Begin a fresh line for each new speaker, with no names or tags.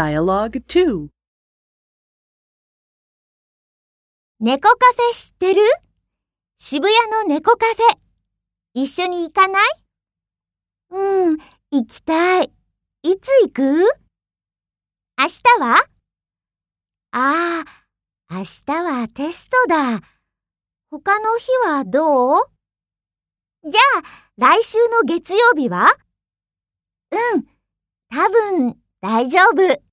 Dialogue 2.
猫カフェ知ってる渋谷の猫カフェ。一緒に行かないうん、行きたい。いつ行く明日はああ、明日はテストだ。他の日はどうじゃあ、来週の月曜日はうん、多分大丈夫。